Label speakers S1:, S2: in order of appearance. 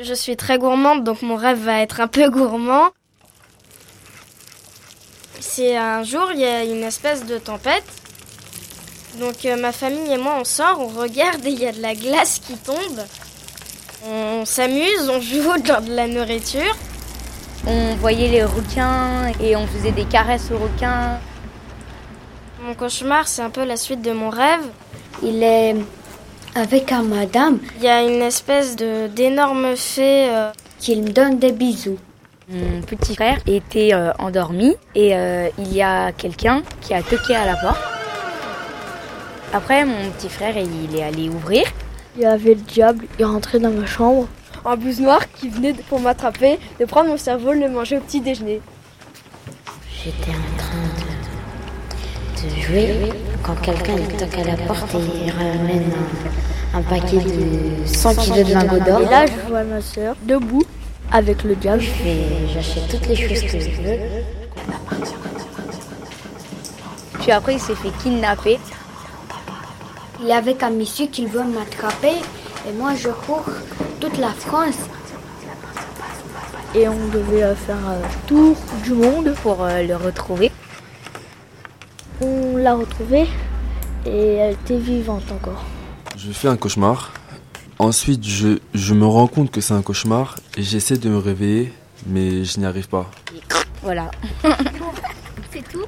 S1: Je suis très gourmande, donc mon rêve va être un peu gourmand. C'est un jour, il y a une espèce de tempête. Donc euh, ma famille et moi, on sort, on regarde et il y a de la glace qui tombe. On s'amuse, on joue autour de la nourriture.
S2: On voyait les requins et on faisait des caresses aux requins.
S1: Mon cauchemar, c'est un peu la suite de mon rêve.
S3: Il est avec un madame
S1: Il y a une espèce de d'énorme fée. euh,
S3: qui me donne des bisous.
S2: Mon petit frère était euh, endormi et euh, il y a quelqu'un qui a toqué à la porte. Après, mon petit frère, il est allé ouvrir.
S4: Il y avait le diable, il rentrait dans ma chambre. Un blouse noir qui venait de- pour m'attraper, de prendre mon cerveau, de le manger au petit déjeuner.
S5: J'étais en train de, de jouer quand quelqu'un toque à la porte et il ramène un, un paquet de 100 kilos de lingots d'or.
S4: Et là, je vois ma soeur debout avec le diable.
S5: je fais- j'achète toutes les choses que je veux.
S2: Puis après, il s'est fait kidnapper.
S3: Il est avec un monsieur qui veut m'attraper et moi je cours toute la France.
S4: Et on devait euh, faire euh, le tour du monde.
S2: pour euh, le retrouver.
S4: On l'a retrouvée et elle était vivante encore.
S6: Je fais un cauchemar. Ensuite, je, je me rends compte que c'est un cauchemar et j'essaie de me réveiller, mais je n'y arrive pas.
S2: Voilà. C'est tout